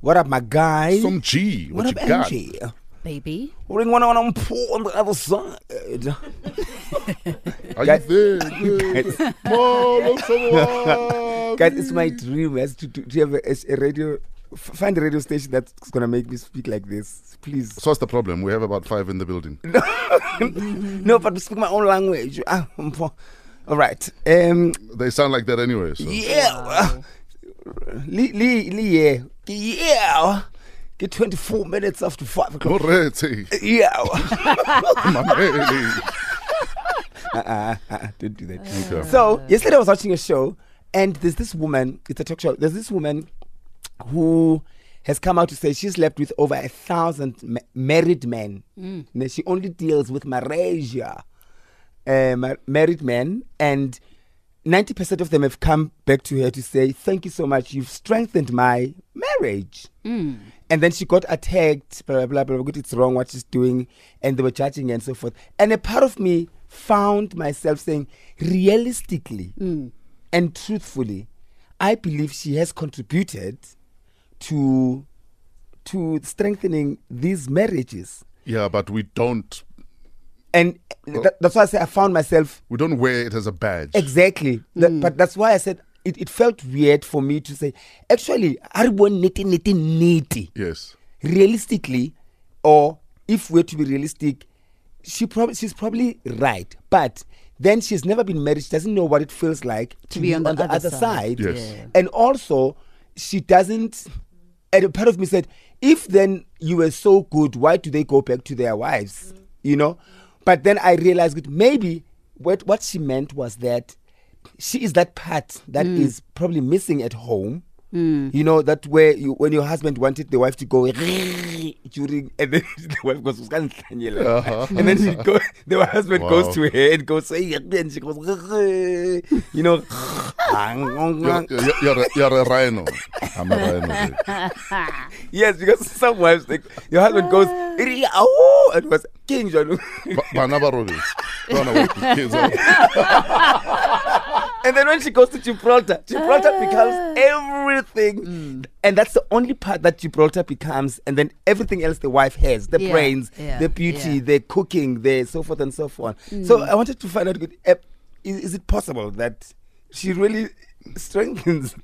What up, my guy? Some G. What, what up, you got? Angie? baby. What's going on on pool on the other side? Are Guys- you there? Good. Mall of Sawami. Guys, it's my dream as to, to, to have a, a radio. f- Find a radio station that's gonna make me speak like this, please. So what's the problem? We have about five in the building. No, but speak my own language. Ah, um, po- All right. Um. They sound like that anyway. So. Yeah. Li, li, li, yeah. Yeah. Get 24 minutes after 5 o'clock. Already. Yeah. Mamele. Ah, Don't do that. Okay. So yesterday I was watching a show, and there's this woman. It's a talk show. There's this woman who has come out to say she slept with over a thousand ma- married men. Now, she only deals with marriage, uh, mar- married men, and ninety percent of them have come back to her to say, "Thank you so much. You've strengthened my marriage." And then she got attacked, blah, blah, blah, blah, good, it's wrong what she's doing, and they were judging her and so forth. And a part of me found myself saying, realistically and truthfully, I believe she has contributed to to strengthening these marriages. Yeah, but we don't And that, that's why I say I found myself we don't wear it as a badge. Exactly. That- Hmm. but that's why I said it, it felt weird for me to say, actually, are we nitty nitty nitty? yes. realistically, or if we're to be realistic, she prob- she's probably right. But then she's never been married. She doesn't know what it feels like to, be on the other side. Yes. Yeah. And also, she doesn't. And a part of me said, if then you were so good, why do they go back to their wives? You know? But then I realized that maybe what, what she meant was that she is that part that is probably missing at home. You know that where you, when your husband wanted the wife to go during and then the wife goes uh Uh-huh. and then she go, the husband Wow. goes to her and goes and she goes you know You're, you're, you're, a, you're a rhino. I'm a rhino. dude. yes because some wives like your husband goes Ah. "Ow," and was King John Ba- Bana ba robetse. Bana ba robetse. and then when she goes to Gibraltar Gibraltar Ah. becomes everything Hmm. and that's the only part that Gibraltar becomes and then everything else the wife has the Yeah, brains yeah, the beauty yeah. Hmm. the cooking the so forth and so forth so I wanted to find out eh, is, is it possible that she really strengthens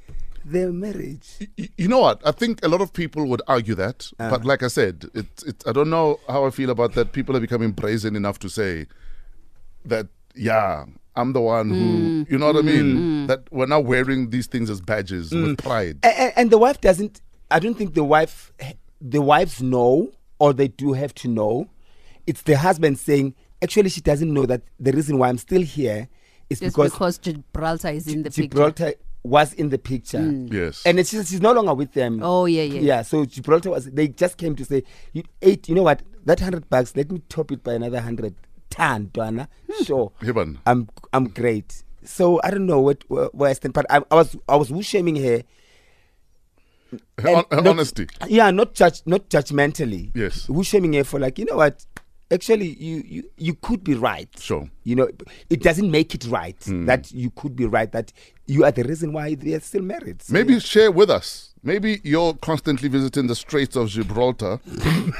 their marriage Y- You know what? I think a lot of people would argue that, but like I said, it, it, I don't know how I feel about that. People are becoming brazen enough to say that, yeah, I'm the one who, you know what I mean? That we're now wearing these things as badges with pride. A- a- and, the wife doesn't i don't think the wife the wives know or they do have to know it's the husband saying actually she doesn't know that the reason why i'm still here is Just because, because, Gibraltar is in the picture. Mm. gibraltar was in the picture Yes. and it's just, she's no longer with them Oh, yeah, yeah. yeah so gibraltar was they just came to say you eight you know what that hundred bucks let me top it by another hundred tan Dwana. Hmm. sure Hiban. I'm I'm great. So I don't know what where, where I stand, but I, I was I was woo shaming her. Hon- And not- honesty. Yeah, not judge not judgmentally. Yes. Woo shaming her for like you know what? Actually, you you you could be right. Sure. Mm. You know, it doesn't make it right that you could be right that you are the reason why they are still married. So, Maybe share with us. Maybe you're constantly visiting the Straits of Gibraltar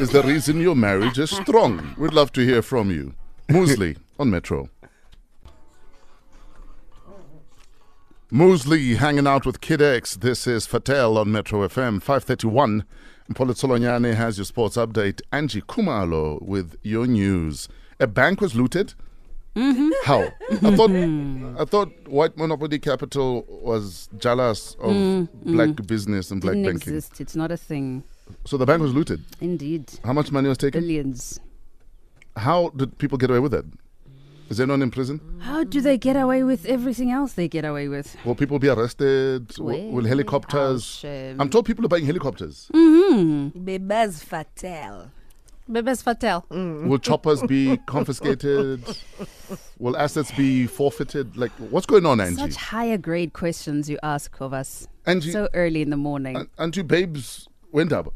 is the reason your marriage is strong. We'd love to hear from you. Moosley on Metro. Moosley hanging out with Kid X. This is Fatel on Metro FM 531. Mpolo Tsolonyane has your sports update. Angie Kumalo with your news. A bank was looted. Mm-hmm. How? I thought I thought white monopoly capital was jealous of black business and black Mm-hmm. Didn't banking. exist. It's not a thing. So the bank was looted. Indeed. How much money was taken? Billions. How did people get away with that? Is anyone in prison? How do they get away with everything else they get away with? Will people be arrested? W- Will Well, helicopters? ouch, um, I'm told people are buying helicopters. Bebez Fatel. Bebes Fatel. Will choppers be confiscated? Will assets be forfeited? Like, what's going on, Angie? Such higher grade questions you ask of us Angie, so early in the morning. An- Angie, babes, went up.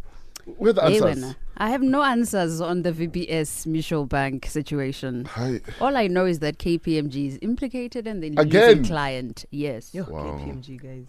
Where are the Hey, answers? wena. I have no answers on the VBS Mutual Bank situation. Hi. All I know is that KPMG is implicated and the Again? client. Yes. Yo, Wow. KPMG guys.